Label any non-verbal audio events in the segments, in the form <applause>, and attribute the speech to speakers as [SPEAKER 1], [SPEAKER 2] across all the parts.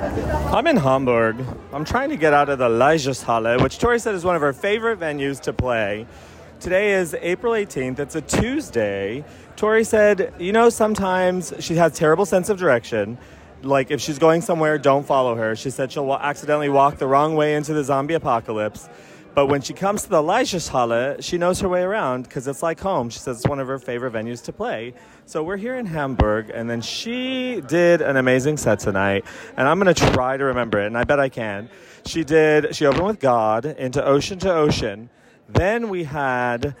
[SPEAKER 1] I'm in Hamburg. I'm trying to get out of the Leishalle, which Tori said is one of her favorite venues to play. Today is April 18th. It's a Tuesday. Tori said, you know, sometimes she has terrible sense of direction. Like if she's going somewhere, don't follow her. She said she'll wa- accidentally walk the wrong way into the zombie apocalypse. But when she comes to the Leishalle, she knows her way around because it's like home. She says it's one of her favorite venues to play. So we're here in Hamburg, and then she did an amazing set tonight, and I'm gonna try to remember it, and I bet I can. She did. She opened with God into Ocean to Ocean. Then we had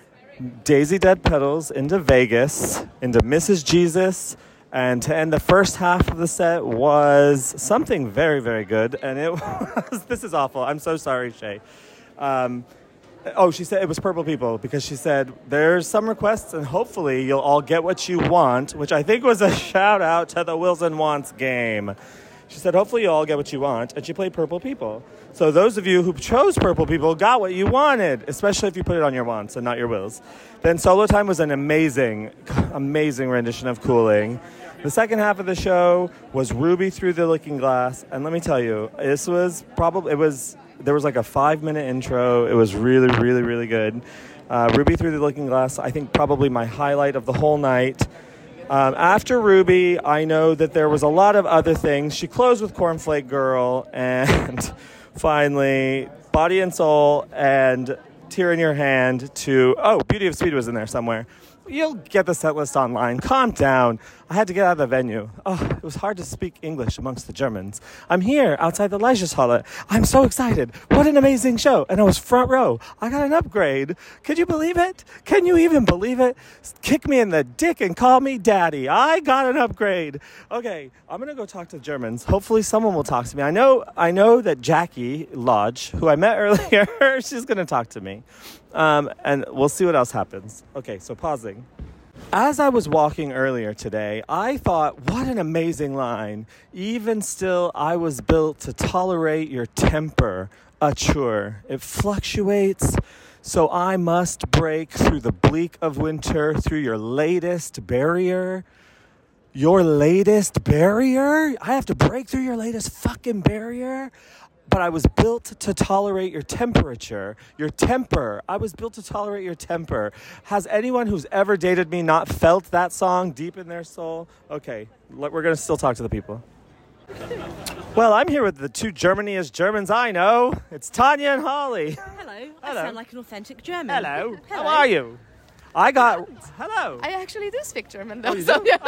[SPEAKER 1] Daisy Dead Petals into Vegas, into Mrs. Jesus. And to end the first half of the set was something very, very good. And it <laughs> was, this is awful. I'm so sorry, Shay. Um, oh, she said it was Purple People because she said there's some requests and hopefully you'll all get what you want, which I think was a <laughs> shout out to the Wills and Wants game. She said, hopefully you all get what you want, and she played Purple People. So those of you who chose Purple People got what you wanted, especially if you put it on your wants and not your wills. Then Solo Time was an amazing, <laughs> amazing rendition of Cooling. The second half of the show was Ruby Through the Looking Glass, and let me tell you, this was probably, it was there was like a five minute intro. It was really, really, really good. Uh, Ruby Through the Looking Glass, I think probably my highlight of the whole night. Um, after Ruby, I know that there was a lot of other things. She closed with Cornflake Girl and <laughs> finally Body and Soul and Tear in Your Hand to, oh, Beauty of Speed was in there somewhere. You'll get the set list online. Calm down. I had to get out of the venue. Oh, it was hard to speak English amongst the Germans. I'm here outside the Leisure I'm so excited. What an amazing show. And I was front row. I got an upgrade. Could you believe it? Can you even believe it? S- Kick me in the dick and call me daddy. I got an upgrade. Okay, I'm going to go talk to the Germans. Hopefully someone will talk to me. I know I know that Jackie Lodge, who I met <laughs> earlier, she's going to talk to me. Um, and we'll see what else happens. Okay, so pausing. As I was walking earlier today, I thought, what an amazing line. Even still, I was built to tolerate your temper, Achur. It fluctuates, so I must break through the bleak of winter, through your latest barrier. Your latest barrier? I have to break through your latest fucking barrier? But I was built to tolerate your temperature, your temper. I was built to tolerate your temper. Has anyone who's ever dated me not felt that song deep in their soul? Okay, let- we're gonna still talk to the people. Well, I'm here with the two Germany as Germans I know. It's Tanya and Holly.
[SPEAKER 2] Hello. I
[SPEAKER 1] Hello.
[SPEAKER 2] sound like an authentic German.
[SPEAKER 1] Hello. How are you? I got. Hello.
[SPEAKER 3] I actually do speak German
[SPEAKER 1] Oh,
[SPEAKER 3] though.
[SPEAKER 1] <laughs>
[SPEAKER 3] so yeah.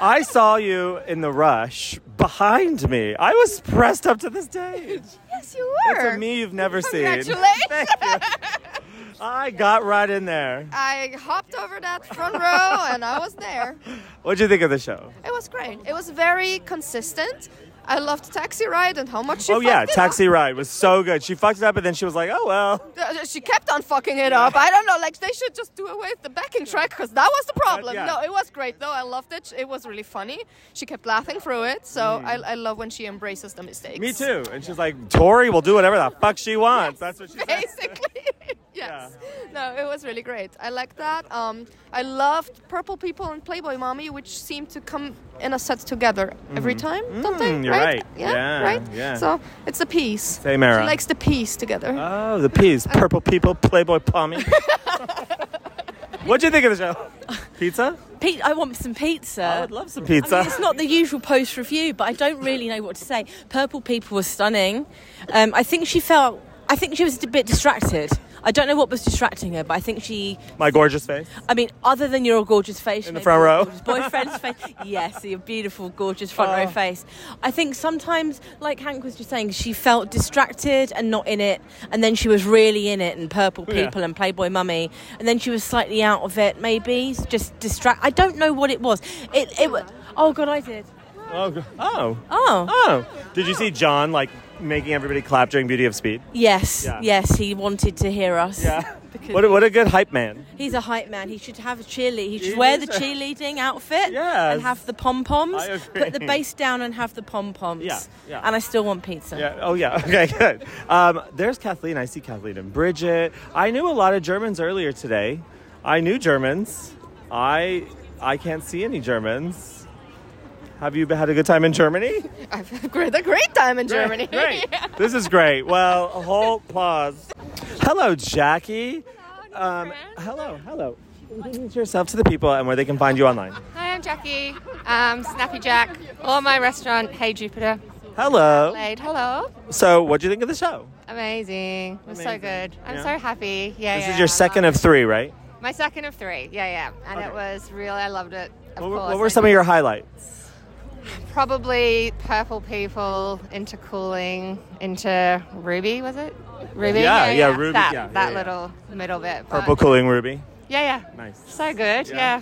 [SPEAKER 1] I saw you in the rush behind me. I was pressed up to the stage.
[SPEAKER 3] Yes, you were.
[SPEAKER 1] It's a me you've
[SPEAKER 3] <laughs>
[SPEAKER 1] never seen.
[SPEAKER 3] Congratulations.
[SPEAKER 1] Thank you. I got right in there.
[SPEAKER 3] I hopped over that front row and I was there.
[SPEAKER 1] What'd you think of the show?
[SPEAKER 3] It was great. It was very consistent. I loved Taxi Ride and how much she
[SPEAKER 1] oh yeah,
[SPEAKER 3] fucked it
[SPEAKER 1] Taxi Ride was so good. She fucked it up and then she was like, "Oh well."
[SPEAKER 3] up. Uh, She kept on fucking it up. I don't know. Like they should just do away with the backing track because that was the problem.
[SPEAKER 1] yeah.
[SPEAKER 3] No, it was great though. I loved it. It was really funny. She kept laughing through it. So I, I love when she embraces the mistakes.
[SPEAKER 1] Hmm. Me too. And she's like, "Tori will do whatever the fuck she wants." That's what she
[SPEAKER 3] <laughs>
[SPEAKER 1] said.
[SPEAKER 3] basically. yes. No, it was really great. I like that. Um, I loved Purple People and Playboy Mommy, which seem to come in a set together every time, don't they?
[SPEAKER 1] Mm, you're right.
[SPEAKER 3] Yeah,
[SPEAKER 1] Yeah,
[SPEAKER 3] right.
[SPEAKER 1] yeah.
[SPEAKER 3] So it's the piece.
[SPEAKER 1] Same era.
[SPEAKER 3] She likes the piece together. <laughs>
[SPEAKER 1] Oh, the peas, purple people, Playboy pommy. What'd you think of the show? Pizza?
[SPEAKER 2] Pete, I want some pizza.
[SPEAKER 1] I would love some pizza.
[SPEAKER 2] I mean, it's not the usual post review, but I don't really know what to say. Purple People was stunning. Um, I think she felt. I think she was a bit distracted. I don't know what was distracting her, but I think she.
[SPEAKER 1] My gorgeous face.
[SPEAKER 2] I mean, other than your gorgeous face,
[SPEAKER 1] In
[SPEAKER 2] you
[SPEAKER 1] the
[SPEAKER 2] know,
[SPEAKER 1] front
[SPEAKER 2] your
[SPEAKER 1] row.
[SPEAKER 2] gorgeous boyfriend's
[SPEAKER 1] <laughs>
[SPEAKER 2] face. Yes, your beautiful, gorgeous front
[SPEAKER 1] Oh.
[SPEAKER 2] row face. I think sometimes, like Hank was just saying, she felt distracted and not in it, and then she was really in it and Purple
[SPEAKER 1] Yeah.
[SPEAKER 2] People and Playboy Mummy, and then she was slightly out of it, maybe just distract. I don't know what it was. It. it wa- oh God, I did.
[SPEAKER 1] Oh, g- oh,
[SPEAKER 2] Oh.
[SPEAKER 1] oh! Did you see John like making everybody clap during Beauty of Speed?
[SPEAKER 2] Yes,
[SPEAKER 1] Yeah.
[SPEAKER 2] yes, he wanted to hear us. Because
[SPEAKER 1] What a, what a good hype man.
[SPEAKER 2] he's a hype man. He should have a cheerlead. He
[SPEAKER 1] He
[SPEAKER 2] should wear the
[SPEAKER 1] is.
[SPEAKER 2] cheerleading outfit
[SPEAKER 1] Yes.
[SPEAKER 2] and have the pom poms.
[SPEAKER 1] I agree.
[SPEAKER 2] Put the bass down and have the pom poms.
[SPEAKER 1] Yeah, yeah.
[SPEAKER 2] And I still want pizza.
[SPEAKER 1] Yeah. Oh yeah. <laughs> Okay. Good. Um, there's Kathleen. I see Kathleen and Bridget. I knew a lot of Germans earlier today. I knew Germans. I I can't see any Germans. Have you had a good time in <laughs> Germany?
[SPEAKER 3] I've had a great time in Germany.
[SPEAKER 1] <laughs> Great. This is great. Well, a whole applause. Hello, Jackie. Um, hello, hello. Introduce yourself to the people and where they can find you online.
[SPEAKER 4] Hi, I'm Jackie. Um, Snappy Jack. Or my restaurant, Hey Jupiter.
[SPEAKER 1] Hello.
[SPEAKER 4] Adelaide. Hello.
[SPEAKER 1] So, what do you think of the show?
[SPEAKER 4] Amazing. It was so
[SPEAKER 1] Amazing.
[SPEAKER 4] good. I'm
[SPEAKER 1] Yeah.
[SPEAKER 4] so happy. Yeah.
[SPEAKER 1] This
[SPEAKER 4] yeah,
[SPEAKER 1] is your
[SPEAKER 4] I
[SPEAKER 1] second of
[SPEAKER 4] loved
[SPEAKER 1] three, right?
[SPEAKER 4] it. My second of three. Yeah, yeah. And
[SPEAKER 1] Okay.
[SPEAKER 4] it was really. I loved it. Of
[SPEAKER 1] What were,
[SPEAKER 4] course.
[SPEAKER 1] what were
[SPEAKER 4] I
[SPEAKER 1] some of your highlights?
[SPEAKER 4] Probably purple people into cooling into Ruby. Was it? Ruby.
[SPEAKER 1] Yeah, yeah, Ruby,
[SPEAKER 4] That,
[SPEAKER 1] yeah, yeah,
[SPEAKER 4] that
[SPEAKER 1] yeah.
[SPEAKER 4] little middle bit. but-
[SPEAKER 1] Purple Cooling Ruby.
[SPEAKER 4] Yeah, yeah.
[SPEAKER 1] Nice.
[SPEAKER 4] So good,
[SPEAKER 1] Yeah.
[SPEAKER 4] yeah.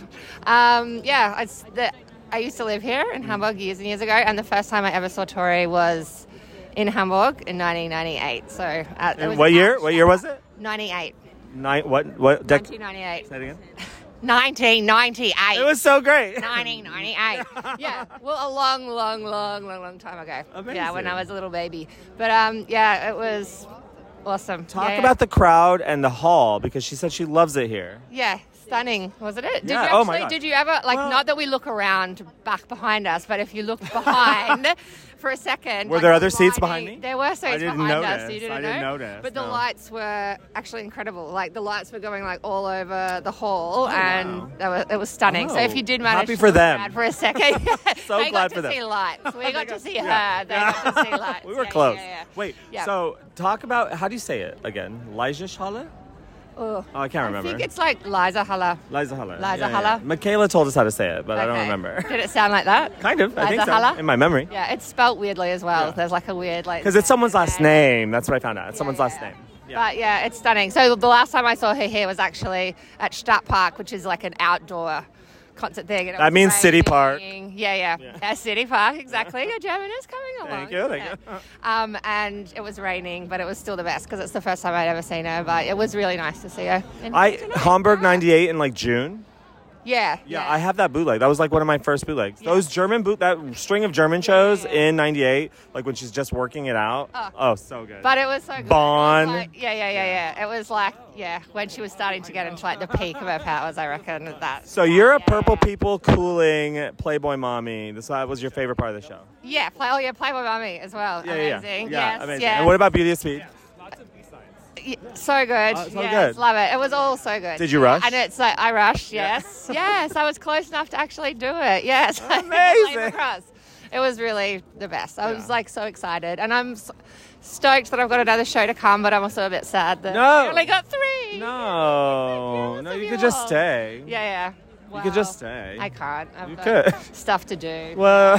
[SPEAKER 4] Yeah, um, yeah it's the, I used to live here
[SPEAKER 1] Mm.
[SPEAKER 4] in Hamburg years and years ago, and the first time I ever saw Tori was in Hamburg in 1998. So, at, it
[SPEAKER 1] And
[SPEAKER 4] was
[SPEAKER 1] what
[SPEAKER 4] an
[SPEAKER 1] year?
[SPEAKER 4] art
[SPEAKER 1] What
[SPEAKER 4] show.
[SPEAKER 1] year was it?
[SPEAKER 4] 98.
[SPEAKER 1] Nine. What? What? Dec- Say
[SPEAKER 4] 1998.
[SPEAKER 1] that again.
[SPEAKER 4] 1998. <laughs>
[SPEAKER 1] It was so great. <laughs>
[SPEAKER 4] 1998. yeah, well, a long, long, long, long, long time ago. Yeah,
[SPEAKER 1] Amazing.
[SPEAKER 4] when I was a little baby. But um, yeah, it was awesome.
[SPEAKER 1] Talk
[SPEAKER 4] Yeah, yeah.
[SPEAKER 1] about the crowd and the hall because she said she loves it here.
[SPEAKER 4] Yeah, stunning, wasn't it? Did
[SPEAKER 1] Yeah,
[SPEAKER 4] you actually,
[SPEAKER 1] oh my God.
[SPEAKER 4] did you ever like
[SPEAKER 1] Well-
[SPEAKER 4] not that we look around back behind us, but if you
[SPEAKER 1] <laughs>
[SPEAKER 4] looked behind for a second,
[SPEAKER 1] Were
[SPEAKER 4] like,
[SPEAKER 1] there
[SPEAKER 4] the
[SPEAKER 1] other seats behind
[SPEAKER 4] lighting-
[SPEAKER 1] me?
[SPEAKER 4] There were seats
[SPEAKER 1] didn't
[SPEAKER 4] behind us.
[SPEAKER 1] notice.
[SPEAKER 4] You didn't
[SPEAKER 1] I didn't
[SPEAKER 4] know?
[SPEAKER 1] notice,
[SPEAKER 4] But the
[SPEAKER 1] no.
[SPEAKER 4] lights were actually incredible. Like the lights were going like all over the hall, and
[SPEAKER 1] Oh, wow.
[SPEAKER 4] that was, it was stunning. so if
[SPEAKER 1] Oh,
[SPEAKER 4] you did manage,
[SPEAKER 1] happy
[SPEAKER 4] to
[SPEAKER 1] for
[SPEAKER 4] look
[SPEAKER 1] them.
[SPEAKER 4] around for a second,
[SPEAKER 1] <laughs> So
[SPEAKER 4] <laughs> they
[SPEAKER 1] glad
[SPEAKER 4] got
[SPEAKER 1] for
[SPEAKER 4] to
[SPEAKER 1] them.
[SPEAKER 4] see
[SPEAKER 1] <laughs>
[SPEAKER 4] lights. We got to see her.
[SPEAKER 1] Yeah.
[SPEAKER 4] They got to see
[SPEAKER 1] <laughs>
[SPEAKER 4] lights.
[SPEAKER 1] We were
[SPEAKER 4] Yeah, yeah,
[SPEAKER 1] close.
[SPEAKER 4] yeah.
[SPEAKER 1] Wait.
[SPEAKER 4] Yeah.
[SPEAKER 1] So talk about how do you say it again? Liza Halle?
[SPEAKER 4] Ugh.
[SPEAKER 1] Oh, I can't
[SPEAKER 4] I
[SPEAKER 1] remember.
[SPEAKER 4] think it's like Liza Halla.
[SPEAKER 1] Liza Halle.
[SPEAKER 4] Liza Halle.
[SPEAKER 1] Michaela told us how to say it, but I don't
[SPEAKER 4] Okay. <laughs>
[SPEAKER 1] remember.
[SPEAKER 4] Did it sound like that?
[SPEAKER 1] kind of. I think
[SPEAKER 4] Liza
[SPEAKER 1] so.
[SPEAKER 4] Halle?
[SPEAKER 1] In my memory.
[SPEAKER 4] Yeah, it's spelt weirdly as well.
[SPEAKER 1] Yeah.
[SPEAKER 4] There's like a weird like
[SPEAKER 1] Because it's someone's last name. That's what I found out. It's someone's
[SPEAKER 4] yeah,
[SPEAKER 1] last
[SPEAKER 4] yeah.
[SPEAKER 1] name.
[SPEAKER 4] But yeah, it's stunning. So the last time I saw her here was actually at Stadt Park, which is like an outdoor concert thing. and it
[SPEAKER 1] That
[SPEAKER 4] was
[SPEAKER 1] means City Park.
[SPEAKER 4] raining. Yeah, yeah,
[SPEAKER 1] Yeah.
[SPEAKER 4] yeah. City Park, exactly. Your German is coming along.
[SPEAKER 1] Thank you, thank
[SPEAKER 4] Yeah.
[SPEAKER 1] you. <laughs>
[SPEAKER 4] Um, and it was raining, but it was still the best because it's the first time I'd ever seen her. But it was really nice to see her. And
[SPEAKER 1] I
[SPEAKER 4] tonight-
[SPEAKER 1] Hamburg '98 in like June.
[SPEAKER 4] Yeah,
[SPEAKER 1] Yeah, I have that bootleg. That was like one of my first bootlegs. Those German boot, that string of German shows in '98, like when she's just working it out. Oh, so good.
[SPEAKER 4] Ah. But it was so good. It was
[SPEAKER 1] Bon.
[SPEAKER 4] like- yeah, yeah, yeah, yeah. It was like, yeah, when she was starting to get into like the peak of her powers, I reckon at that.
[SPEAKER 1] so you're a
[SPEAKER 4] Yeah,
[SPEAKER 1] purple
[SPEAKER 4] yeah.
[SPEAKER 1] people cooling Playboy mommy. This that was your favorite part of the show.
[SPEAKER 4] Yeah, play, oh yeah, Playboy Mummy as well. amazing. yes,
[SPEAKER 1] amazing.
[SPEAKER 4] yes.
[SPEAKER 1] And what about Beauty of Speed?
[SPEAKER 4] Y- so good.
[SPEAKER 1] Oh, so
[SPEAKER 4] yes,
[SPEAKER 1] good.
[SPEAKER 4] love it. It was all so good.
[SPEAKER 1] Did you rush?
[SPEAKER 4] And it's like I rushed.
[SPEAKER 1] Yeah.
[SPEAKER 4] Yes,
[SPEAKER 1] <laughs>
[SPEAKER 4] yes. I was close enough to actually do it. Yes, <laughs> I came
[SPEAKER 1] Amazing.
[SPEAKER 4] across. It was really the best. I was
[SPEAKER 1] Yeah.
[SPEAKER 4] like so excited, and I'm s stoked that I've got another show to come. But I'm also a bit sad that
[SPEAKER 1] No.
[SPEAKER 4] I only got three.
[SPEAKER 1] No, no, you could just stay.
[SPEAKER 4] Yeah, yeah.
[SPEAKER 1] You could
[SPEAKER 4] Wow.
[SPEAKER 1] just stay.
[SPEAKER 4] I can't. I've
[SPEAKER 1] You
[SPEAKER 4] got
[SPEAKER 1] could.
[SPEAKER 4] stuff to do.
[SPEAKER 1] <laughs> Well,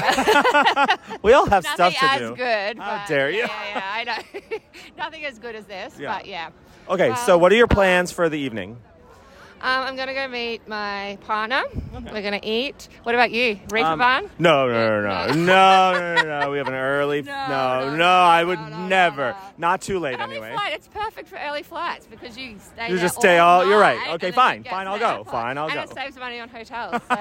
[SPEAKER 1] we all have
[SPEAKER 4] Nothing
[SPEAKER 1] stuff to
[SPEAKER 4] as
[SPEAKER 1] do.
[SPEAKER 4] good.
[SPEAKER 1] How
[SPEAKER 4] but-
[SPEAKER 1] dare you.
[SPEAKER 4] Yeah, yeah, yeah, I know. <laughs> Nothing as good as this,
[SPEAKER 1] Yeah.
[SPEAKER 4] but yeah.
[SPEAKER 1] Okay,
[SPEAKER 4] Well,
[SPEAKER 1] so what are your plans for the evening?
[SPEAKER 4] Um, I'm gonna go meet my partner. We're gonna eat. What about you, Reefer
[SPEAKER 1] Um,
[SPEAKER 4] Barn?
[SPEAKER 1] No, no, no, no, no, no, no, no. We have an early. No,
[SPEAKER 4] <laughs> No,
[SPEAKER 1] no,
[SPEAKER 4] no,
[SPEAKER 1] I would
[SPEAKER 4] no, no, no,
[SPEAKER 1] never.
[SPEAKER 4] no.
[SPEAKER 1] Not too late
[SPEAKER 4] Early
[SPEAKER 1] anyway.
[SPEAKER 4] flight. It's perfect for early flights because you stay.
[SPEAKER 1] You
[SPEAKER 4] there
[SPEAKER 1] just stay all- you're right.
[SPEAKER 4] night
[SPEAKER 1] Okay,
[SPEAKER 4] and then
[SPEAKER 1] fine,
[SPEAKER 4] you get
[SPEAKER 1] fine,
[SPEAKER 4] to
[SPEAKER 1] I'll
[SPEAKER 4] the
[SPEAKER 1] go,
[SPEAKER 4] airport.
[SPEAKER 1] fine, I'll
[SPEAKER 4] and
[SPEAKER 1] go.
[SPEAKER 4] it saves money on hotels.
[SPEAKER 1] <laughs>
[SPEAKER 4] So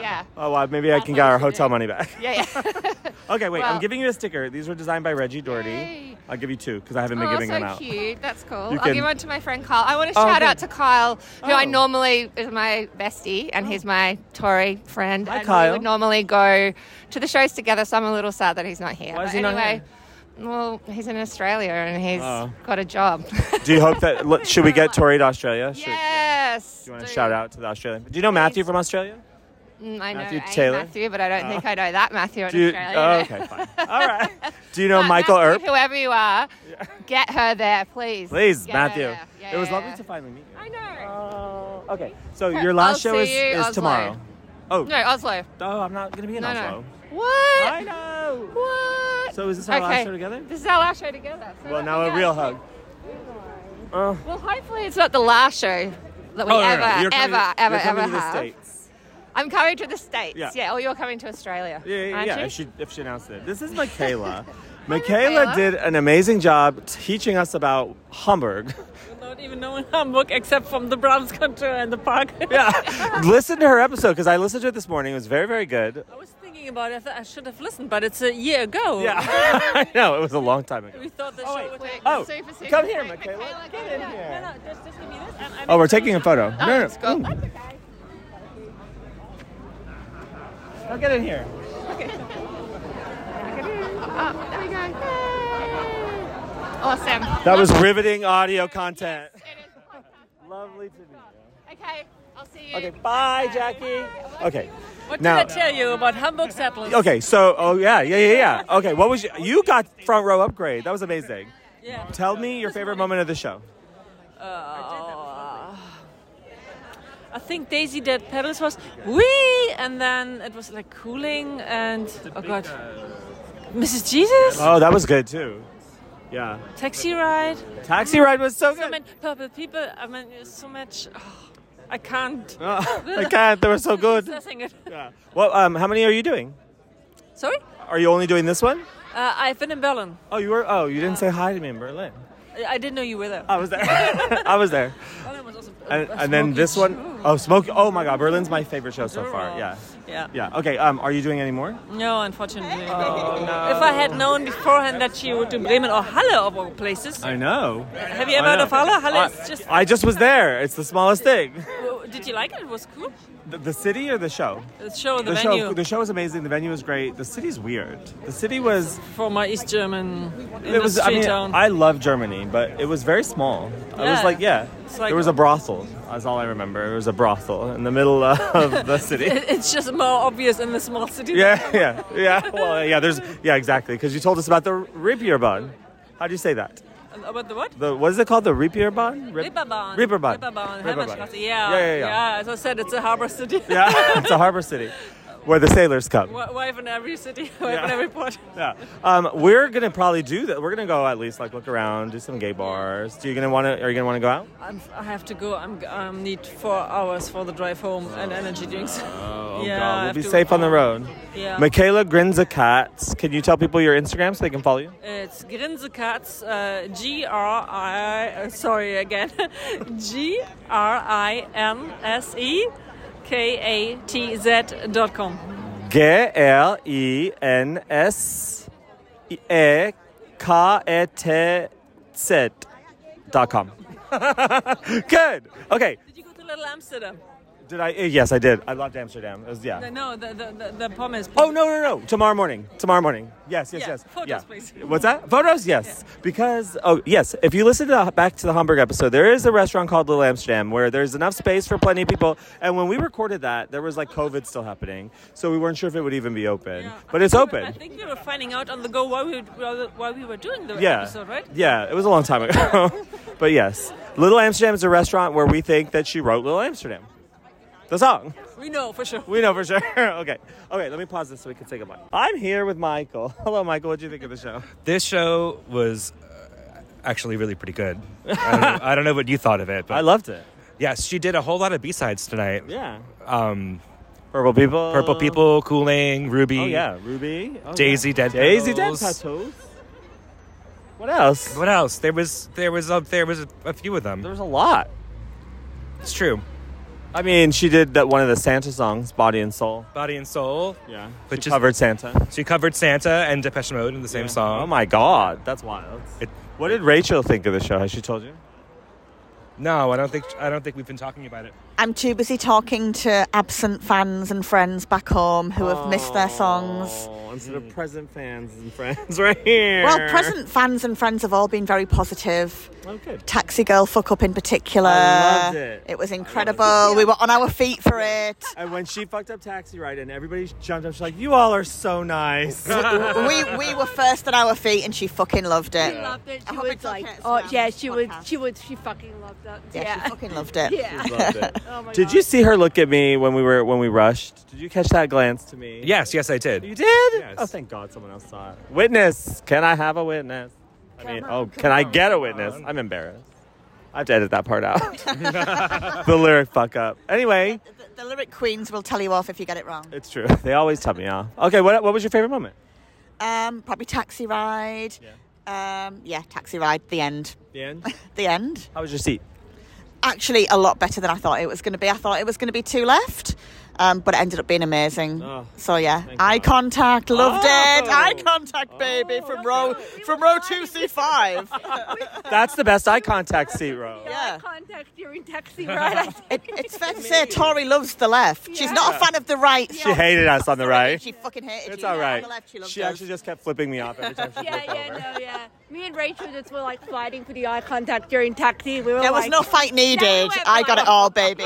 [SPEAKER 4] yeah.
[SPEAKER 1] Oh, well, maybe I
[SPEAKER 4] That's
[SPEAKER 1] can get
[SPEAKER 4] what we
[SPEAKER 1] our
[SPEAKER 4] should
[SPEAKER 1] hotel
[SPEAKER 4] do.
[SPEAKER 1] money back. <laughs>
[SPEAKER 4] Yeah, yeah.
[SPEAKER 1] Okay, wait. I'm
[SPEAKER 4] Well-
[SPEAKER 1] giving you a sticker. These were designed by Reggie Doherty.
[SPEAKER 4] Yay.
[SPEAKER 1] I'll give you two because I haven't been
[SPEAKER 4] Oh,
[SPEAKER 1] giving
[SPEAKER 4] so
[SPEAKER 1] them out.
[SPEAKER 4] cute. That's cool.
[SPEAKER 1] You
[SPEAKER 4] I'll
[SPEAKER 1] can-
[SPEAKER 4] give one to my friend Kyle. I want to
[SPEAKER 1] Oh,
[SPEAKER 4] shout
[SPEAKER 1] good.
[SPEAKER 4] out to Kyle, who I
[SPEAKER 1] Oh.
[SPEAKER 4] normally is my bestie, and he's my Tory friend.
[SPEAKER 1] Hi,
[SPEAKER 4] and
[SPEAKER 1] Kyle.
[SPEAKER 4] We would normally go to the shows together, so I'm a little sad that he's not here.
[SPEAKER 1] Why is
[SPEAKER 4] But
[SPEAKER 1] he not
[SPEAKER 4] anyway, Well, he's in Australia and he's
[SPEAKER 1] Oh.
[SPEAKER 4] got a
[SPEAKER 1] <laughs>
[SPEAKER 4] job.
[SPEAKER 1] Do you hope that? look, should we
[SPEAKER 4] <laughs>
[SPEAKER 1] get Tori to Australia? Should,
[SPEAKER 4] yes.
[SPEAKER 1] Do you want to
[SPEAKER 4] dude.
[SPEAKER 1] shout out to the Australian? Do you know Matthew from Australia?
[SPEAKER 4] Mm, I know
[SPEAKER 1] Matthew
[SPEAKER 4] Matthew
[SPEAKER 1] Taylor? Oh.
[SPEAKER 4] Matthew, but I don't think I know that Matthew in
[SPEAKER 1] Do you,
[SPEAKER 4] Australia.
[SPEAKER 1] oh, okay, fine. All right.
[SPEAKER 4] <laughs>
[SPEAKER 1] Do you know
[SPEAKER 4] But
[SPEAKER 1] Michael Earp?
[SPEAKER 4] Matthew, Whoever you are, get her there, please.
[SPEAKER 1] Please,
[SPEAKER 4] Get her
[SPEAKER 1] Matthew.
[SPEAKER 4] there. Yeah,
[SPEAKER 1] it was
[SPEAKER 4] yeah,
[SPEAKER 1] lovely
[SPEAKER 4] yeah.
[SPEAKER 1] to finally meet you.
[SPEAKER 4] I know.
[SPEAKER 1] Oh, okay. So your
[SPEAKER 4] I'll
[SPEAKER 1] last show
[SPEAKER 4] see
[SPEAKER 1] is, is
[SPEAKER 4] you, Oslo.
[SPEAKER 1] tomorrow. Oh,
[SPEAKER 4] No, Oslo.
[SPEAKER 1] oh, I'm not going to be in
[SPEAKER 4] No,
[SPEAKER 1] Oslo.
[SPEAKER 4] no. What?
[SPEAKER 1] I know.
[SPEAKER 4] What?
[SPEAKER 1] So is this our last
[SPEAKER 4] Okay.
[SPEAKER 1] show together?
[SPEAKER 4] This is our last show together. So
[SPEAKER 1] Well,
[SPEAKER 4] that-
[SPEAKER 1] now a
[SPEAKER 4] yeah.
[SPEAKER 1] real hug. Oh,
[SPEAKER 4] Well, hopefully it's not the last show that we
[SPEAKER 1] Oh, no, no,
[SPEAKER 4] ever,
[SPEAKER 1] no. You're coming
[SPEAKER 4] ever,
[SPEAKER 1] to-
[SPEAKER 4] ever,
[SPEAKER 1] you're coming
[SPEAKER 4] ever
[SPEAKER 1] to the
[SPEAKER 4] have.
[SPEAKER 1] States.
[SPEAKER 4] I'm coming to the States.
[SPEAKER 1] Yeah.
[SPEAKER 4] Yeah. Oh, you're coming to Australia.
[SPEAKER 1] Yeah, yeah,
[SPEAKER 4] aren't
[SPEAKER 1] yeah.
[SPEAKER 4] you?
[SPEAKER 1] If she, if she announced it. This is <laughs> Michaela. Michaela
[SPEAKER 4] Michaela.
[SPEAKER 1] did an amazing job teaching us about Hamburg.
[SPEAKER 5] Not even knowing Hamburg except from the Brahms Contour and the
[SPEAKER 1] <laughs>
[SPEAKER 5] park.
[SPEAKER 1] Yeah. Listen to her episode because I listened to it this morning. It was very, very good.
[SPEAKER 5] I was thinking about it. I thought I should have listened, but it's a year ago.
[SPEAKER 1] Yeah. <laughs> I know. It was a long time ago.
[SPEAKER 5] <laughs> We thought the
[SPEAKER 1] Oh,
[SPEAKER 5] show
[SPEAKER 1] wait.
[SPEAKER 5] would
[SPEAKER 4] Wait,
[SPEAKER 1] Oh,
[SPEAKER 4] super, super
[SPEAKER 1] come here,
[SPEAKER 4] quick.
[SPEAKER 1] Michaela. Get
[SPEAKER 4] come
[SPEAKER 1] in
[SPEAKER 4] here.
[SPEAKER 5] No,
[SPEAKER 1] here.
[SPEAKER 5] no, just, just give me this. And I'm
[SPEAKER 1] Oh, we're taking a photo. No, no,
[SPEAKER 4] let's go.
[SPEAKER 1] Mm. Now get in here. Okay.
[SPEAKER 4] Oh, there we go. Yay. Awesome.
[SPEAKER 1] That was
[SPEAKER 4] <laughs>
[SPEAKER 1] riveting audio content.
[SPEAKER 4] It is podcast.
[SPEAKER 1] Lovely to meet you.
[SPEAKER 4] Okay, I'll see you.
[SPEAKER 1] Okay, bye, Jackie. Okay.
[SPEAKER 5] What
[SPEAKER 1] Now-
[SPEAKER 5] did I tell you about Hamburg settlers?
[SPEAKER 1] Okay, so oh yeah, yeah, yeah, yeah. Okay, what was you, you got front row upgrade? That was amazing.
[SPEAKER 5] Yeah.
[SPEAKER 1] Tell me your favorite moment of the show.
[SPEAKER 5] I think Daisy did pedals was wee, and then it was like cooling and oh god,
[SPEAKER 1] uh,
[SPEAKER 5] Mrs. Jesus
[SPEAKER 1] Oh, that was good too. Yeah.
[SPEAKER 5] taxi ride.
[SPEAKER 1] Taxi ride was so
[SPEAKER 5] So
[SPEAKER 1] good. <laughs>
[SPEAKER 5] many purple people. I mean, there's so much. oh, I can't.
[SPEAKER 1] Oh, I can't. They were so good.
[SPEAKER 5] Processing it.
[SPEAKER 1] Yeah. Well, um, how many are you doing?
[SPEAKER 5] Sorry,
[SPEAKER 1] Are you only doing this one?
[SPEAKER 5] uh, I've been in Berlin.
[SPEAKER 1] Oh, you were. Oh, you didn't say hi to me in Berlin.
[SPEAKER 5] I- I didn't know you were there.
[SPEAKER 1] I was there. <laughs> I was there.
[SPEAKER 5] Berlin was also a-
[SPEAKER 1] Ah. And,
[SPEAKER 5] a
[SPEAKER 1] and then
[SPEAKER 5] smoky
[SPEAKER 1] this one
[SPEAKER 5] show.
[SPEAKER 1] oh smoke. Oh my God, Berlin's my favorite show so far.
[SPEAKER 5] Adorable.
[SPEAKER 1] Yeah.
[SPEAKER 5] Yeah.
[SPEAKER 1] Yeah. Okay. Um, are you doing any more?
[SPEAKER 5] No, unfortunately.
[SPEAKER 1] Oh,
[SPEAKER 5] If I had known beforehand that she would do Bremen or Halle of all places.
[SPEAKER 1] I know.
[SPEAKER 5] Have you ever heard of Halle? Halle is just.
[SPEAKER 1] I just was there. It's the smallest thing. <laughs>
[SPEAKER 5] Did you like it? It was cool.
[SPEAKER 1] The, the city or the show?
[SPEAKER 5] The show, the,
[SPEAKER 1] The
[SPEAKER 5] venue
[SPEAKER 1] show. The show was amazing. The venue was great. The city's weird. The city was.
[SPEAKER 5] for my East German industry
[SPEAKER 1] It was. I mean,
[SPEAKER 5] town.
[SPEAKER 1] I love Germany, but it was very small. I was
[SPEAKER 5] Yeah.
[SPEAKER 1] like, yeah.
[SPEAKER 5] It's like-
[SPEAKER 1] there was a brothel. That's all I remember. There was a brothel in the
[SPEAKER 5] <laughs>
[SPEAKER 1] middle of the city.
[SPEAKER 5] it's just more obvious in the small city.
[SPEAKER 1] yeah, yeah, yeah. Well, yeah. There's. Yeah, exactly. Because you told us about the Reeperbahn. How do you say that?
[SPEAKER 5] And About the what?
[SPEAKER 1] The what is it called? The Reeperbahn. Rip-
[SPEAKER 5] Reeperbahn.
[SPEAKER 1] Reeperbahn.
[SPEAKER 5] Reeperbahn.
[SPEAKER 1] Reeperbahn.
[SPEAKER 5] Hammerstrasse. Yeah.
[SPEAKER 1] Yeah, yeah, yeah.
[SPEAKER 5] As I said, it's a harbor city. <laughs>
[SPEAKER 1] Yeah, it's a harbor city where the sailors come.
[SPEAKER 5] Wi- Wife in every city, <laughs> wife
[SPEAKER 1] Yeah.
[SPEAKER 5] in every port.
[SPEAKER 1] Yeah. Um, we're gonna probably do that. We're gonna go at least like look around, do some gay bars. Do you gonna want to? Are you gonna want to go out?
[SPEAKER 5] I'm, I have to go. I'm, I need four hours for the drive home and energy drinks. <laughs>
[SPEAKER 1] Oh
[SPEAKER 5] Yeah, I
[SPEAKER 1] God, we'll
[SPEAKER 5] have
[SPEAKER 1] be
[SPEAKER 5] to-
[SPEAKER 1] safe on the road.
[SPEAKER 5] Yeah.
[SPEAKER 1] Michaela Grinza Katz. Can you tell people your Instagram so they can follow you?
[SPEAKER 5] It's Grinsekatz, uh, G R I, uh, sorry again, <laughs> G R I N S E K A T Z dot com.
[SPEAKER 1] G L E N S E K E T Z dot com. <laughs> Good. Okay.
[SPEAKER 5] Did you go to Little Amsterdam?
[SPEAKER 1] Did I? eh, Yes, I did. I loved Amsterdam. It was yeah.
[SPEAKER 5] No, the, the, the, the pommes.
[SPEAKER 1] Oh no no no! Tomorrow morning. Tomorrow morning. Yes yes
[SPEAKER 5] Yeah,
[SPEAKER 1] yes.
[SPEAKER 5] photos, please.
[SPEAKER 1] What's that? Photos. Yes. Because oh yes, if you listen to the, back to the Hamburg episode, there is a restaurant called Little Amsterdam where there's enough space for plenty of people. And when we recorded that, there was like COVID still happening, so we weren't sure if it would even be open.
[SPEAKER 5] Yeah, I
[SPEAKER 1] But
[SPEAKER 5] think
[SPEAKER 1] it's
[SPEAKER 5] we were-
[SPEAKER 1] open.
[SPEAKER 5] I think we were finding out on the go while we, while, while we were doing the
[SPEAKER 1] yeah.
[SPEAKER 5] episode, right?
[SPEAKER 1] Yeah. It was a long time ago, <laughs> but yes, Little Amsterdam is a restaurant where we think that she wrote Little Amsterdam, the song.
[SPEAKER 5] We know for sure.
[SPEAKER 1] We know for sure. <laughs> okay. Okay, let me pause this so we can say goodbye. I'm here with Michael. <laughs> Hello, Michael. What do you think of the show?
[SPEAKER 6] This show was uh, actually really pretty good. I don't, know, I don't know what you thought of it, but
[SPEAKER 1] <laughs> I loved it.
[SPEAKER 6] yes, she did a whole lot of B sides tonight.
[SPEAKER 1] Yeah.
[SPEAKER 6] Um,
[SPEAKER 1] Purple people.
[SPEAKER 6] Purple People, Cooling, Ruby.
[SPEAKER 1] Oh yeah, Ruby. Oh,
[SPEAKER 6] Daisy
[SPEAKER 1] yeah.
[SPEAKER 6] Dead
[SPEAKER 1] Daisy
[SPEAKER 6] Petals.
[SPEAKER 1] Dead Petals. What else?
[SPEAKER 6] What else? There was there was a, there was a, a few of
[SPEAKER 1] There
[SPEAKER 6] them.
[SPEAKER 1] was a lot.
[SPEAKER 6] It's true.
[SPEAKER 1] I mean, she did that one of the Santa songs, Body and Soul.
[SPEAKER 6] Body and Soul.
[SPEAKER 1] Yeah.
[SPEAKER 6] But
[SPEAKER 1] she
[SPEAKER 6] just-
[SPEAKER 1] covered Santa.
[SPEAKER 6] She covered Santa and Depeche Mode in the same
[SPEAKER 1] Yeah.
[SPEAKER 6] song.
[SPEAKER 1] Oh my god, that's wild.
[SPEAKER 6] It-
[SPEAKER 1] what did Rachel think of the show? Has she told you?
[SPEAKER 6] No, I don't think I don't think we've been talking about it.
[SPEAKER 7] I'm too busy talking to absent fans and friends back home who have missed their songs.
[SPEAKER 1] Oh, instead of present fans and friends <laughs> right here.
[SPEAKER 7] Well, present fans and friends have all been very positive.
[SPEAKER 1] Oh, good.
[SPEAKER 7] Taxi Girl Fuck Up in particular.
[SPEAKER 1] I loved it.
[SPEAKER 7] was incredible. We were on our feet for it.
[SPEAKER 1] And when she fucked up taxi ride and everybody jumped up, she's like, "You all are so <laughs> nice."
[SPEAKER 7] we we were first on our feet and she fucking loved it.
[SPEAKER 8] She loved it.
[SPEAKER 7] I
[SPEAKER 8] She
[SPEAKER 7] hope it's
[SPEAKER 8] was like,
[SPEAKER 7] okay. It's
[SPEAKER 8] oh
[SPEAKER 7] now
[SPEAKER 8] yeah, she would.
[SPEAKER 7] podcast.
[SPEAKER 8] She would. She fucking loved that.
[SPEAKER 7] Yeah,
[SPEAKER 8] Yeah.
[SPEAKER 7] she fucking loved it.
[SPEAKER 8] <laughs> Yeah.
[SPEAKER 1] Loved it.
[SPEAKER 8] Oh my
[SPEAKER 1] Did
[SPEAKER 8] God.
[SPEAKER 1] you see her look at me when we were when we rushed? Did you catch that glance to me?
[SPEAKER 6] Yes, yes, I did.
[SPEAKER 1] You did?
[SPEAKER 6] Yes.
[SPEAKER 1] Oh, thank God someone else saw it. Witness. Can I have a witness? I mean, oh, can I get a witness? I'm embarrassed. I have to edit that part out. <laughs> the lyric fuck up. Anyway,
[SPEAKER 7] The, the lyric queens will tell you off if you get it wrong.
[SPEAKER 1] it's true. They always tell me off. Okay, what, what was your favorite moment?
[SPEAKER 7] Um, probably taxi ride. Um, yeah, taxi ride. The end.
[SPEAKER 1] The end.
[SPEAKER 7] The end.
[SPEAKER 1] How was your seat?
[SPEAKER 7] actually a lot better than I thought it was going to be. I thought it was going to be two left. Um, but it ended up being amazing.
[SPEAKER 1] Oh,
[SPEAKER 7] so yeah,
[SPEAKER 1] thank
[SPEAKER 7] eye
[SPEAKER 1] God.
[SPEAKER 7] contact, loved it.
[SPEAKER 1] Oh.
[SPEAKER 7] Eye contact, baby, from row from row two C five.
[SPEAKER 1] That's the best eye contact seat row. <laughs>
[SPEAKER 7] Yeah.
[SPEAKER 5] Contact
[SPEAKER 7] <laughs>
[SPEAKER 5] during taxi ride. I
[SPEAKER 7] It,
[SPEAKER 5] think.
[SPEAKER 7] it's fair to say Tori loves the left. She's not a fan of the right.
[SPEAKER 1] She hated us on the right.
[SPEAKER 7] She fucking hated
[SPEAKER 1] It's
[SPEAKER 7] you.
[SPEAKER 1] all
[SPEAKER 7] On
[SPEAKER 1] right.
[SPEAKER 7] the left, she loves
[SPEAKER 1] She actually just kept flipping me off every <laughs> time she
[SPEAKER 5] Yeah,
[SPEAKER 1] flipped
[SPEAKER 5] yeah,
[SPEAKER 1] over.
[SPEAKER 5] no, yeah. Me and Rachel just were like fighting for the eye
[SPEAKER 1] <laughs>
[SPEAKER 5] contact during taxi. We were
[SPEAKER 7] There was
[SPEAKER 5] like,
[SPEAKER 7] no fight needed.
[SPEAKER 5] we're
[SPEAKER 7] I got it all,
[SPEAKER 1] <laughs>
[SPEAKER 7] baby.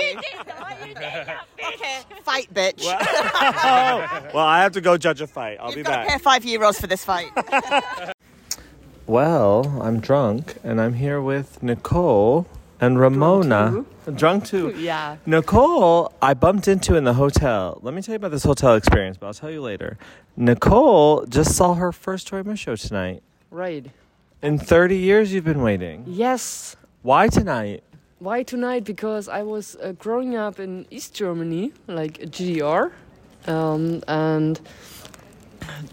[SPEAKER 5] okay.
[SPEAKER 7] fight, bitch.
[SPEAKER 1] Well, well, I have to go judge a fight. I'll be
[SPEAKER 7] You've got to pay
[SPEAKER 1] back.
[SPEAKER 7] five euros for this fight.
[SPEAKER 1] Well, I'm drunk and I'm here with Nicole and Ramona. Drunk too.
[SPEAKER 4] Yeah.
[SPEAKER 1] Nicole, I bumped into in the hotel. Let me tell you about this hotel experience, but I'll tell you later. Nicole just saw her first Tori Miss show tonight.
[SPEAKER 8] Right.
[SPEAKER 1] In 30 years, you've been waiting.
[SPEAKER 8] Yes.
[SPEAKER 1] Why tonight?
[SPEAKER 8] Why tonight? Because I was uh, growing up in East Germany, like GDR, um, and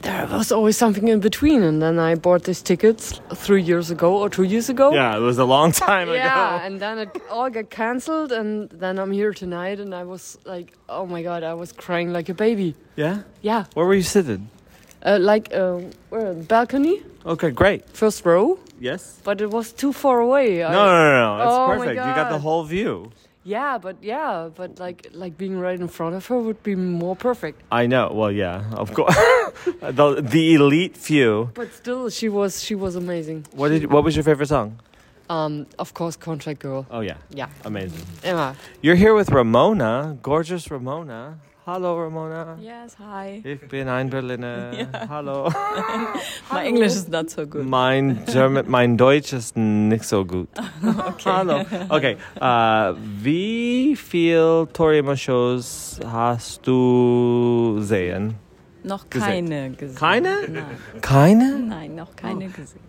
[SPEAKER 8] there was always something in between. And then I bought these tickets three years ago or two years ago.
[SPEAKER 1] Yeah, it was a long time
[SPEAKER 8] Oh. Yeah,
[SPEAKER 1] ago.
[SPEAKER 8] and then it all got cancelled, and then I'm here tonight, and I was like, oh my god, I was crying like a baby.
[SPEAKER 1] Yeah?
[SPEAKER 8] Yeah,
[SPEAKER 1] Where were you sitting?
[SPEAKER 8] uh, like uh, where balcony,
[SPEAKER 1] Okay, great.
[SPEAKER 8] first row,
[SPEAKER 1] Yes?
[SPEAKER 8] but it was too far away.
[SPEAKER 1] No, no, no, no. It's
[SPEAKER 8] Oh my
[SPEAKER 1] perfect. You got the
[SPEAKER 8] God.
[SPEAKER 1] whole view.
[SPEAKER 8] Yeah, but yeah, but like like being right in front of her would be more perfect.
[SPEAKER 1] I know. Well, yeah, of course. <laughs> the, the elite few.
[SPEAKER 8] But still, she was she was amazing.
[SPEAKER 1] What did? What was your favorite song?
[SPEAKER 8] Um, of course, Contract Girl.
[SPEAKER 1] Oh yeah,
[SPEAKER 8] Yeah,
[SPEAKER 1] amazing.
[SPEAKER 8] Emma.
[SPEAKER 1] You're here with Ramona, gorgeous Ramona. Hallo Ramona.
[SPEAKER 9] Yes, hi.
[SPEAKER 1] Ich bin ein Berliner. Hallo.
[SPEAKER 9] My English is not so
[SPEAKER 1] Mm.
[SPEAKER 9] good.
[SPEAKER 1] Mein German, mein Deutsch ist nicht so gut. Hallo. Okay. Uh, wie viel Toriyama Shows hast du sehen?
[SPEAKER 9] Noch
[SPEAKER 1] gesehen.
[SPEAKER 9] keine gesehen.
[SPEAKER 1] Keine? Oh.
[SPEAKER 9] Nein,
[SPEAKER 1] Keine?
[SPEAKER 9] Nein noch keine gesehen.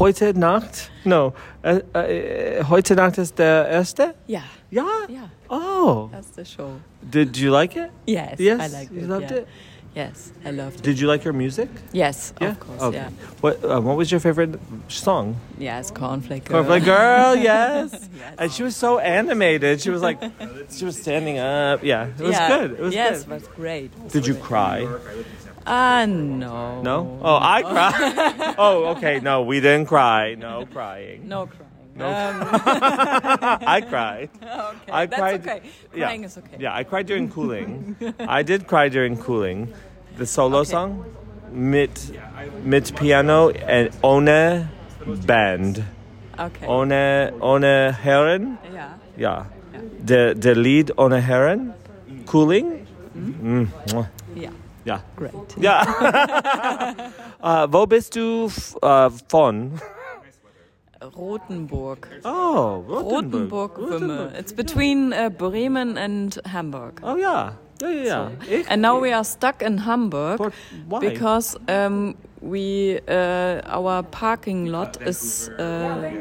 [SPEAKER 1] Heute Nacht? No. Äh, äh, heute Nacht ist der erste?
[SPEAKER 9] Ja,
[SPEAKER 1] Ja.
[SPEAKER 9] ja,
[SPEAKER 1] Oh.
[SPEAKER 9] that's the show.
[SPEAKER 1] Did you like it?
[SPEAKER 9] Yes,
[SPEAKER 1] Yes.
[SPEAKER 9] I liked
[SPEAKER 1] you
[SPEAKER 9] it.
[SPEAKER 1] loved
[SPEAKER 9] yeah.
[SPEAKER 1] it.
[SPEAKER 9] Yes, I loved it.
[SPEAKER 1] Did you like her music?
[SPEAKER 9] Yes, of course.
[SPEAKER 1] Okay.
[SPEAKER 9] Yeah,
[SPEAKER 1] What um, What was your favorite song?
[SPEAKER 9] yes, cornflake. Girl. <laughs>
[SPEAKER 1] Perfect girl. yes. And she was so animated. She was like, she was standing up. Yeah, it was
[SPEAKER 9] yeah.
[SPEAKER 1] good. It was
[SPEAKER 9] yes,
[SPEAKER 1] good.
[SPEAKER 9] was great.
[SPEAKER 1] Did you cry?
[SPEAKER 9] Ah, no.
[SPEAKER 1] No. Oh,
[SPEAKER 9] <laughs>
[SPEAKER 1] I cried. oh, okay. No, we didn't cry. No crying.
[SPEAKER 9] No crying.
[SPEAKER 1] No.
[SPEAKER 9] Um,
[SPEAKER 1] <laughs> I cried.
[SPEAKER 9] <laughs> okay,
[SPEAKER 1] I
[SPEAKER 9] that's
[SPEAKER 1] cried-
[SPEAKER 9] okay.
[SPEAKER 1] yeah.
[SPEAKER 9] Crying is okay.
[SPEAKER 1] Yeah, I cried during
[SPEAKER 9] <laughs>
[SPEAKER 1] cooling. I did cry during cooling. The solo song, mit mit piano and ohne band.
[SPEAKER 9] Okay.
[SPEAKER 1] Ohne ohne Herren.
[SPEAKER 9] yeah.
[SPEAKER 1] Ja. The the lead on a heron, cooling. Mm. Mwah.
[SPEAKER 9] Mm-hmm. Yeah.
[SPEAKER 1] Ja.
[SPEAKER 9] Great.
[SPEAKER 1] Ja. uh, wo bist du f- uh, von?
[SPEAKER 9] Rotenburg.
[SPEAKER 1] Oh,
[SPEAKER 9] Rotenburg, Wümme. It's between uh, Bremen and Hamburg.
[SPEAKER 1] Oh ja. Ja, ja, ja. Ich?
[SPEAKER 9] And now we are stuck in Hamburg
[SPEAKER 1] But why?
[SPEAKER 9] because um, we uh, our parking lot is uh,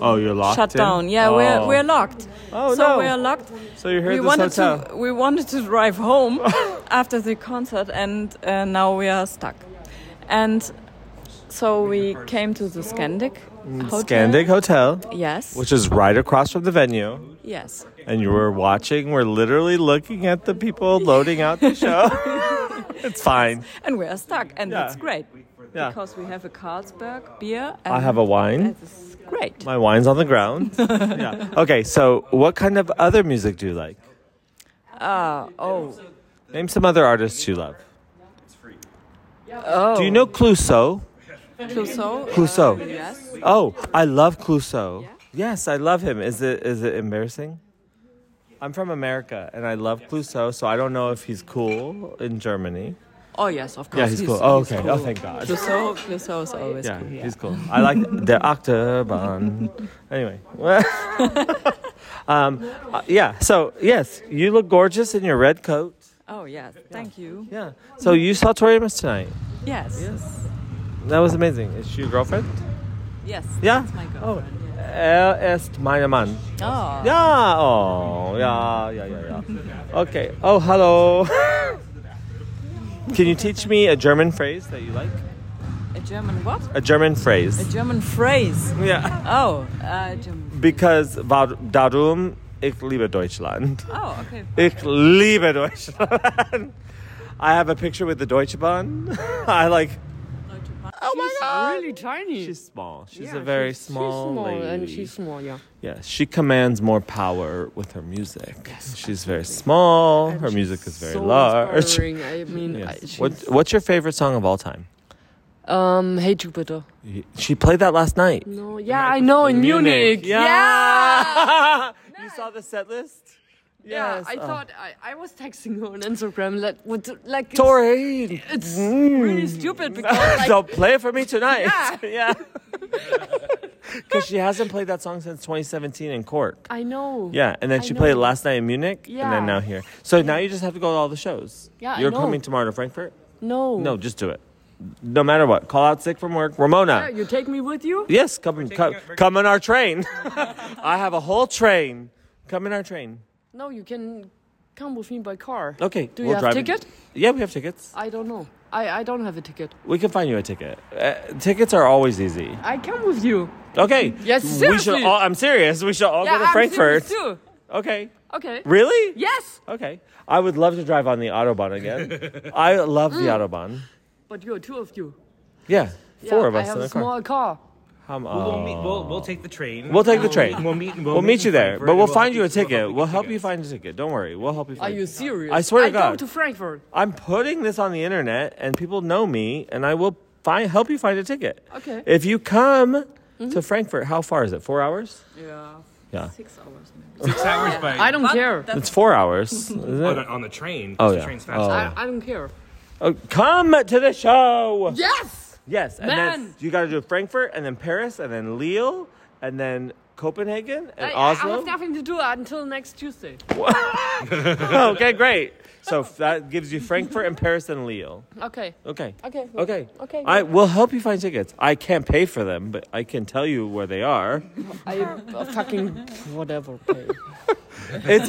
[SPEAKER 1] Oh, you're locked
[SPEAKER 9] shut
[SPEAKER 1] in?
[SPEAKER 9] down. Yeah,
[SPEAKER 1] oh.
[SPEAKER 9] we're we're locked.
[SPEAKER 1] Oh,
[SPEAKER 9] so
[SPEAKER 1] no.
[SPEAKER 9] we're locked.
[SPEAKER 1] So you're here
[SPEAKER 9] we
[SPEAKER 1] at this
[SPEAKER 9] wanted
[SPEAKER 1] hotel.
[SPEAKER 9] to we wanted to drive
[SPEAKER 1] <laughs>
[SPEAKER 9] home after the concert, and uh, now we are stuck. And so we came to the Scandic hotel.
[SPEAKER 1] Mm, Scandic Hotel,
[SPEAKER 9] Yes.
[SPEAKER 1] which is right across from the venue,
[SPEAKER 9] yes.
[SPEAKER 1] and you were watching. We're literally looking at the people loading out
[SPEAKER 9] <laughs>
[SPEAKER 1] the show. it's fine.
[SPEAKER 9] And we are stuck, and
[SPEAKER 1] Yeah.
[SPEAKER 9] it's great
[SPEAKER 1] Yeah.
[SPEAKER 9] because we have a Carlsberg beer. And
[SPEAKER 1] I have a wine.
[SPEAKER 9] It's great.
[SPEAKER 1] My wine's on the
[SPEAKER 9] <laughs>
[SPEAKER 1] ground. yeah. Okay, so what kind of other music do you like?
[SPEAKER 9] Ah, oh.
[SPEAKER 1] Name some other artists you love.
[SPEAKER 9] Oh.
[SPEAKER 1] Do you know Clouseau?
[SPEAKER 9] Clouseau? Uh,
[SPEAKER 1] Clouseau.
[SPEAKER 9] Yes.
[SPEAKER 1] Oh, I love Clouseau. Yes, I love him. Is it is it embarrassing? I'm from America and I love Clouseau, so I don't know if he's cool in Germany.
[SPEAKER 9] Oh yes, of course.
[SPEAKER 1] Yeah, he's cool. Oh, okay. Oh, thank God.
[SPEAKER 9] Clouseau, Clouseau is always
[SPEAKER 1] Yeah,
[SPEAKER 9] cool. Yeah.
[SPEAKER 1] he's cool. I like the Octobahn. anyway. <laughs> um, uh, yeah, so yes, you look gorgeous in your red coat.
[SPEAKER 9] Oh yes, thank you.
[SPEAKER 1] Yeah. So you saw Tori Amos tonight.
[SPEAKER 9] Yes.
[SPEAKER 1] That was amazing. Is she your girlfriend?
[SPEAKER 9] Yes.
[SPEAKER 1] Yeah.
[SPEAKER 9] That's my
[SPEAKER 1] Oh,
[SPEAKER 9] girlfriend.
[SPEAKER 1] er ist mein Mann.
[SPEAKER 9] Oh. oh.
[SPEAKER 1] Ja, oh, yeah, yeah, yeah, yeah. Okay. Oh, hello. <laughs> Can you teach me a German phrase that you like?
[SPEAKER 9] A German what?
[SPEAKER 1] A German
[SPEAKER 9] A
[SPEAKER 1] phrase.
[SPEAKER 9] German phrase.
[SPEAKER 1] Yeah.
[SPEAKER 9] Oh, uh, German.
[SPEAKER 1] Because war- darum Ich liebe Deutschland.
[SPEAKER 9] Oh, okay.
[SPEAKER 1] Ich liebe Deutschland. I have a picture with the Deutsche Bahn. <laughs> I like.
[SPEAKER 9] Oh my god.
[SPEAKER 8] Really tiny.
[SPEAKER 1] She's small. She's
[SPEAKER 8] Yeah,
[SPEAKER 1] a very
[SPEAKER 8] she's-
[SPEAKER 1] small,
[SPEAKER 8] She's small and
[SPEAKER 1] lady.
[SPEAKER 8] she's small, yeah.
[SPEAKER 1] Yeah, she commands more power with her music. she's very small. her
[SPEAKER 8] And
[SPEAKER 1] music
[SPEAKER 8] she's
[SPEAKER 1] is very
[SPEAKER 8] so
[SPEAKER 1] large.
[SPEAKER 8] inspiring. I mean, I,
[SPEAKER 1] Yes.
[SPEAKER 8] she's,
[SPEAKER 1] What, what's your favorite song of all time?
[SPEAKER 8] um, Hey Jupiter.
[SPEAKER 1] She played that last night.
[SPEAKER 8] No, yeah, I know Oh, in Munich.
[SPEAKER 1] Yeah. <laughs> you saw the set list?
[SPEAKER 8] Yeah,
[SPEAKER 1] Yes.
[SPEAKER 8] I
[SPEAKER 1] Oh.
[SPEAKER 8] thought I, I was texting her on Instagram. Like, what, like
[SPEAKER 1] Tori,
[SPEAKER 8] It's, it's really stupid because like,
[SPEAKER 1] Mm. so play it for me tonight. <laughs> Yeah. Because she hasn't played that song since 2017 in court.
[SPEAKER 8] I know.
[SPEAKER 1] Yeah, and then
[SPEAKER 8] I
[SPEAKER 1] she played it
[SPEAKER 8] know.
[SPEAKER 1] last night in Munich, and then
[SPEAKER 8] Yeah.
[SPEAKER 1] now here. So now you just have to go to all the shows.
[SPEAKER 8] Yeah, I
[SPEAKER 1] You're
[SPEAKER 8] know.
[SPEAKER 1] coming tomorrow to Frankfurt?
[SPEAKER 8] No.
[SPEAKER 1] No, just do it. No matter what. Call out sick from work. Ramona.
[SPEAKER 8] Yeah, you take me with you?
[SPEAKER 1] Yes, come, come, come on our train. <laughs> I have a whole train. Come in our train.
[SPEAKER 8] No, you can come with me by car.
[SPEAKER 1] Okay.
[SPEAKER 8] Do
[SPEAKER 1] we'll
[SPEAKER 8] you have
[SPEAKER 1] drive-
[SPEAKER 8] ticket?
[SPEAKER 1] Yeah, we have tickets.
[SPEAKER 8] I don't know. I, I don't have a ticket.
[SPEAKER 1] We can find you a ticket. Uh, tickets are always easy.
[SPEAKER 8] I come with you.
[SPEAKER 1] Okay.
[SPEAKER 8] Yes,
[SPEAKER 1] We should
[SPEAKER 8] seriously.
[SPEAKER 1] all, I'm serious. We should all go to
[SPEAKER 8] I'm
[SPEAKER 1] Frankfurt.
[SPEAKER 8] serious too.
[SPEAKER 1] Okay.
[SPEAKER 8] Okay.
[SPEAKER 1] Really?
[SPEAKER 8] Yes.
[SPEAKER 1] Okay. I would love to drive on the Autobahn again. I love the Autobahn.
[SPEAKER 8] But you're two of you.
[SPEAKER 1] Yeah. Four
[SPEAKER 8] Mm. Yeah,
[SPEAKER 1] of us
[SPEAKER 8] I have
[SPEAKER 1] in the
[SPEAKER 8] a small
[SPEAKER 1] car.
[SPEAKER 8] car.
[SPEAKER 1] Hum-
[SPEAKER 6] We'll,
[SPEAKER 1] oh.
[SPEAKER 6] meet, we'll, we'll take the train.
[SPEAKER 1] We'll take the train.
[SPEAKER 6] We'll meet. We'll,
[SPEAKER 1] We'll, meet you
[SPEAKER 6] in
[SPEAKER 1] there,
[SPEAKER 6] Frankfurt
[SPEAKER 1] but
[SPEAKER 6] and
[SPEAKER 1] we'll find you a
[SPEAKER 6] help you-
[SPEAKER 1] ticket. We'll help
[SPEAKER 6] get
[SPEAKER 1] you
[SPEAKER 6] tickets.
[SPEAKER 1] find a ticket. Don't worry. We'll help you
[SPEAKER 8] Are
[SPEAKER 1] find
[SPEAKER 8] you serious?
[SPEAKER 1] I swear to
[SPEAKER 8] I
[SPEAKER 1] God.
[SPEAKER 8] go to Frankfurt.
[SPEAKER 1] I'm putting this on the internet, and people know me, and I will find help you find a ticket.
[SPEAKER 8] Okay. Mm-hmm.
[SPEAKER 1] If you come to Frankfurt, how far is it? Four hours?
[SPEAKER 9] Yeah.
[SPEAKER 1] Yeah.
[SPEAKER 9] Six hours maybe.
[SPEAKER 6] Six hours by.
[SPEAKER 8] I don't care.
[SPEAKER 1] It's four
[SPEAKER 8] <laughs>
[SPEAKER 1] hours. isn't
[SPEAKER 6] On,
[SPEAKER 1] it?
[SPEAKER 6] the- on the train.
[SPEAKER 1] Oh,
[SPEAKER 6] the
[SPEAKER 1] yeah.
[SPEAKER 6] Train's fast.
[SPEAKER 1] Oh.
[SPEAKER 8] I, I don't care.
[SPEAKER 1] Oh, come to the show.
[SPEAKER 8] Yes.
[SPEAKER 1] Yes, and then
[SPEAKER 8] Man.
[SPEAKER 1] you got to do Frankfurt, and then Paris, and then Lille, and then Copenhagen and
[SPEAKER 8] Uh, I, I
[SPEAKER 1] Oslo.
[SPEAKER 8] have nothing to do until next Tuesday.
[SPEAKER 1] <laughs> okay, great. So <laughs> that gives you Frankfurt and Paris and Lille.
[SPEAKER 8] Okay.
[SPEAKER 1] Okay.
[SPEAKER 8] <laughs> Okay.
[SPEAKER 1] Okay.
[SPEAKER 8] Okay.
[SPEAKER 1] I will help you find tickets. I can't pay for them, but I can tell you where they are.
[SPEAKER 8] I uh, fucking whatever. Pay.
[SPEAKER 1] It's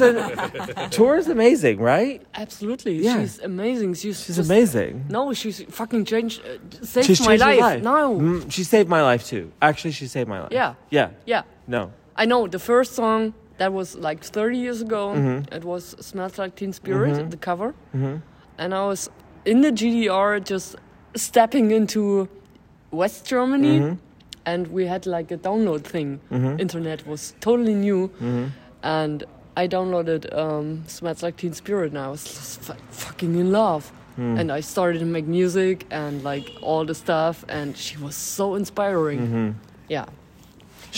[SPEAKER 8] <laughs>
[SPEAKER 1] a tour is amazing, right?
[SPEAKER 8] Absolutely.
[SPEAKER 1] Yeah.
[SPEAKER 8] She's amazing. She's,
[SPEAKER 1] She's
[SPEAKER 8] just-
[SPEAKER 1] amazing.
[SPEAKER 8] No, she's fucking changed. Uh, saved
[SPEAKER 1] She's
[SPEAKER 8] my
[SPEAKER 1] changed
[SPEAKER 8] life.
[SPEAKER 1] my life.
[SPEAKER 8] No.
[SPEAKER 1] Mm, she saved my life too. Actually, she saved my life.
[SPEAKER 8] Yeah.
[SPEAKER 1] Yeah.
[SPEAKER 8] Yeah.
[SPEAKER 1] No.
[SPEAKER 8] I know the first song that was like 30 years ago. It was "Smells Like Teen Spirit," the cover, and I was in the GDR just stepping into West Germany, and we had like a download thing. Internet was totally new, and I downloaded um, "Smells Like Teen Spirit," and I was just fu- fucking in love. And I started to make music and like all the stuff, and she was so inspiring. Yeah,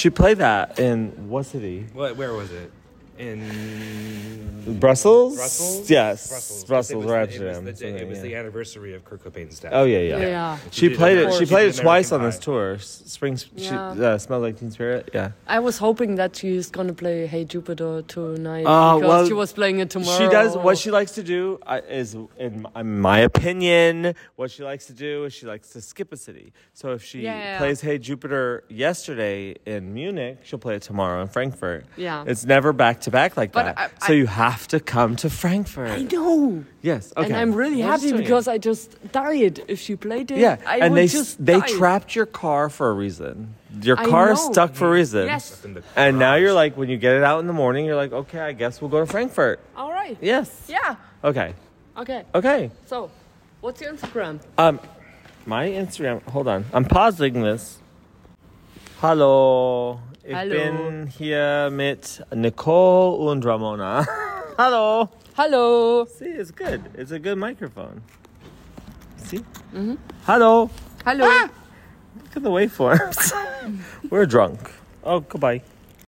[SPEAKER 1] She played that in what city?
[SPEAKER 6] What, where was it? In
[SPEAKER 1] Brussels.
[SPEAKER 6] Brussels.
[SPEAKER 1] Yes.
[SPEAKER 6] Brussels.
[SPEAKER 1] Brussels.
[SPEAKER 6] 'Cause it was the- It was,
[SPEAKER 1] Rotterdam,
[SPEAKER 6] the, day-
[SPEAKER 1] something,
[SPEAKER 6] it was
[SPEAKER 1] yeah.
[SPEAKER 6] the anniversary of Kurt Cobain's death.
[SPEAKER 1] Oh yeah, yeah.
[SPEAKER 8] Yeah.
[SPEAKER 1] She
[SPEAKER 6] did
[SPEAKER 1] played
[SPEAKER 6] American-
[SPEAKER 1] it. She
[SPEAKER 6] she
[SPEAKER 1] played
[SPEAKER 6] did
[SPEAKER 1] it twice on
[SPEAKER 6] American Pie.
[SPEAKER 1] this tour. S- Spring. s- She,
[SPEAKER 8] Yeah.
[SPEAKER 1] uh, Smell like Teen Spirit. Yeah.
[SPEAKER 8] I was hoping that she's gonna play Hey Jupiter tonight
[SPEAKER 1] Ah,
[SPEAKER 8] because
[SPEAKER 1] well,
[SPEAKER 8] she was playing it tomorrow.
[SPEAKER 1] She does what she likes to do. I- Is in my, in my opinion, what she likes to do is she likes to skip a city. So if she
[SPEAKER 8] Yeah.
[SPEAKER 1] plays Hey Jupiter yesterday in Munich, she'll play it tomorrow in Frankfurt.
[SPEAKER 8] Yeah.
[SPEAKER 1] It's never back to back like
[SPEAKER 8] But
[SPEAKER 1] that.
[SPEAKER 8] I-
[SPEAKER 1] so
[SPEAKER 8] I-
[SPEAKER 1] you have to come to Frankfurt.
[SPEAKER 8] I know,
[SPEAKER 1] Yes. Okay.
[SPEAKER 8] and I'm really
[SPEAKER 1] We're just
[SPEAKER 8] happy
[SPEAKER 1] doing it.
[SPEAKER 8] because I just died. If she played it,
[SPEAKER 1] Yeah,
[SPEAKER 8] I
[SPEAKER 1] and
[SPEAKER 8] would
[SPEAKER 1] they
[SPEAKER 8] just
[SPEAKER 1] they
[SPEAKER 8] die.
[SPEAKER 1] trapped your car for a reason. Your
[SPEAKER 8] I
[SPEAKER 1] car is
[SPEAKER 8] know.
[SPEAKER 1] stuck for a reason.
[SPEAKER 8] Yes.
[SPEAKER 6] In the
[SPEAKER 1] And now
[SPEAKER 6] garage.
[SPEAKER 1] you're like, when you get it out in the morning, you're like, okay, I guess we'll go to Frankfurt.
[SPEAKER 8] All right.
[SPEAKER 1] Yes.
[SPEAKER 8] Yeah.
[SPEAKER 1] Okay.
[SPEAKER 8] Okay.
[SPEAKER 1] Okay.
[SPEAKER 8] So, what's your Instagram?
[SPEAKER 1] Um, my Instagram. Hold on. I'm pausing this. Hallo. Ich
[SPEAKER 8] Hallo.
[SPEAKER 1] bin hier mit Nicole und Ramona. <laughs> Hallo.
[SPEAKER 8] Hello.
[SPEAKER 1] See, it's good. It's a good microphone. See? Mm-hmm. Hello.
[SPEAKER 8] Hello.
[SPEAKER 1] <laughs> Look at the waveforms. We're drunk. Oh, goodbye.